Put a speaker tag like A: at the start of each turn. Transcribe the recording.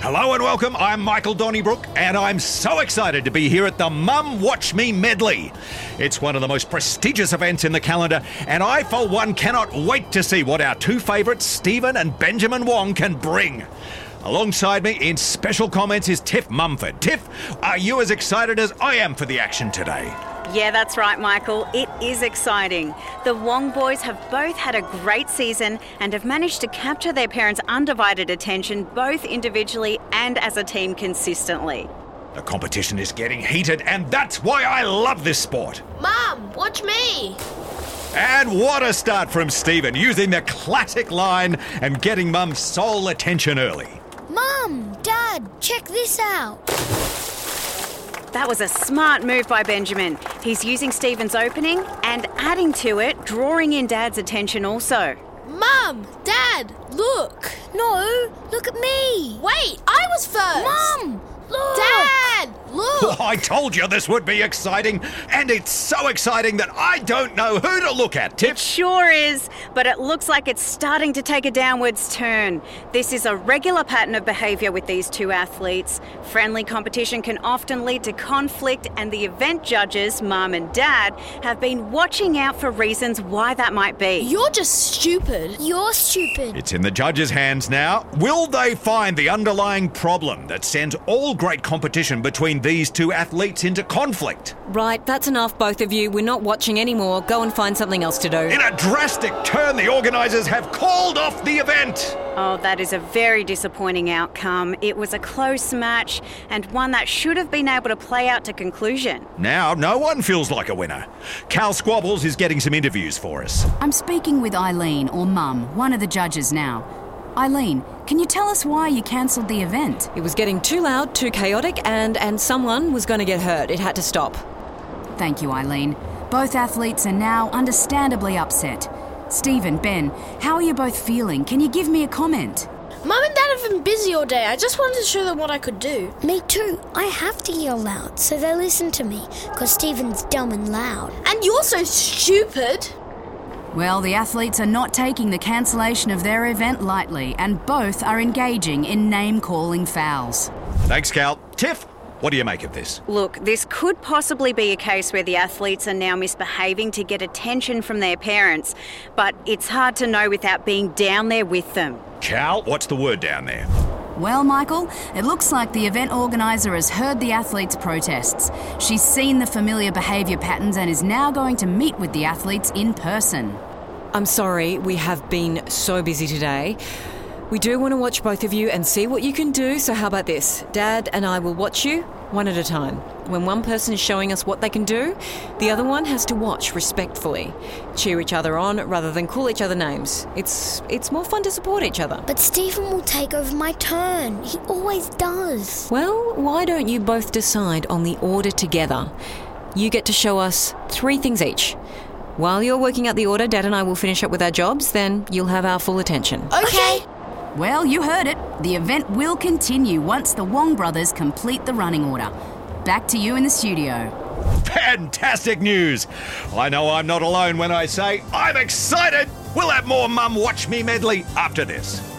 A: Hello and welcome. I'm Michael Donnybrook, and I'm so excited to be here at the Mum Watch Me Medley. It's one of the most prestigious events in the calendar, and I, for one, cannot wait to see what our two favourites, Stephen and Benjamin Wong, can bring. Alongside me in special comments is Tiff Mumford. Tiff, are you as excited as I am for the action today?
B: Yeah, that's right, Michael. It is exciting. The Wong boys have both had a great season and have managed to capture their parents' undivided attention, both individually and as a team consistently.
A: The competition is getting heated, and that's why I love this sport.
C: Mom, watch me!
A: And what a start from Stephen, using the classic line and getting Mum's sole attention early.
D: Mum, Dad, check this out.
B: That was a smart move by Benjamin. He's using Stephen's opening and adding to it, drawing in Dad's attention also.
C: Mom, Dad, look!
D: No, look at me.
C: Wait, I was first!
D: Mum, look.
C: Dad, look!
A: I told you this would be exciting, and it's so exciting that I don't know who to look at, Tiff.
B: Sure is, but it looks like it's starting to take a downwards turn. This is a regular pattern of behaviour with these two athletes. Friendly competition can often lead to conflict, and the event judges, mum and dad, have been watching out for reasons why that might be.
C: You're just stupid.
D: You're stupid.
A: It's in the judges' hands now. Will they find the underlying problem that sends all great competition between these two athletes into conflict?
E: Right, that's enough, both of you. We're not watching anymore. Go and find something else to do.
A: In a drastic turn, the organisers have called off the event.
B: Oh, that is a very disappointing outcome. It was a close match and one that should have been able to play out to conclusion.
A: Now, no one feels like a winner. Cal Squabbles is getting some interviews for us.
F: I'm speaking with Eileen, or Mum, one of the judges now. Eileen, can you tell us why you cancelled the event?
E: It was getting too loud, too chaotic, and and someone was going to get hurt. It had to stop.
F: Thank you, Eileen. Both athletes are now understandably upset. Stephen, Ben, how are you both feeling? Can you give me a comment?
C: Mom and Dad have been busy all day. I just wanted to show them what I could do.
D: Me too. I have to yell loud so they listen to me, because Stephen's dumb and loud.
C: And you're so stupid!
F: Well, the athletes are not taking the cancellation of their event lightly, and both are engaging in name calling fouls.
A: Thanks, Cal. Tiff, what do you make of this?
B: Look, this could possibly be a case where the athletes are now misbehaving to get attention from their parents, but it's hard to know without being down there with them.
A: Cal, what's the word down there?
F: Well, Michael, it looks like the event organiser has heard the athletes' protests. She's seen the familiar behaviour patterns and is now going to meet with the athletes in person.
E: I'm sorry, we have been so busy today. We do want to watch both of you and see what you can do, so how about this? Dad and I will watch you one at a time. When one person is showing us what they can do, the other one has to watch respectfully. Cheer each other on rather than call each other names. It's it's more fun to support each other.
D: But Stephen will take over my turn. He always does.
E: Well, why don't you both decide on the order together? You get to show us three things each. While you're working out the order, Dad and I will finish up with our jobs, then you'll have our full attention.
C: Okay.
F: Well, you heard it. The event will continue once the Wong brothers complete the running order. Back to you in the studio.
A: Fantastic news! I know I'm not alone when I say I'm excited! We'll have more Mum Watch Me medley after this.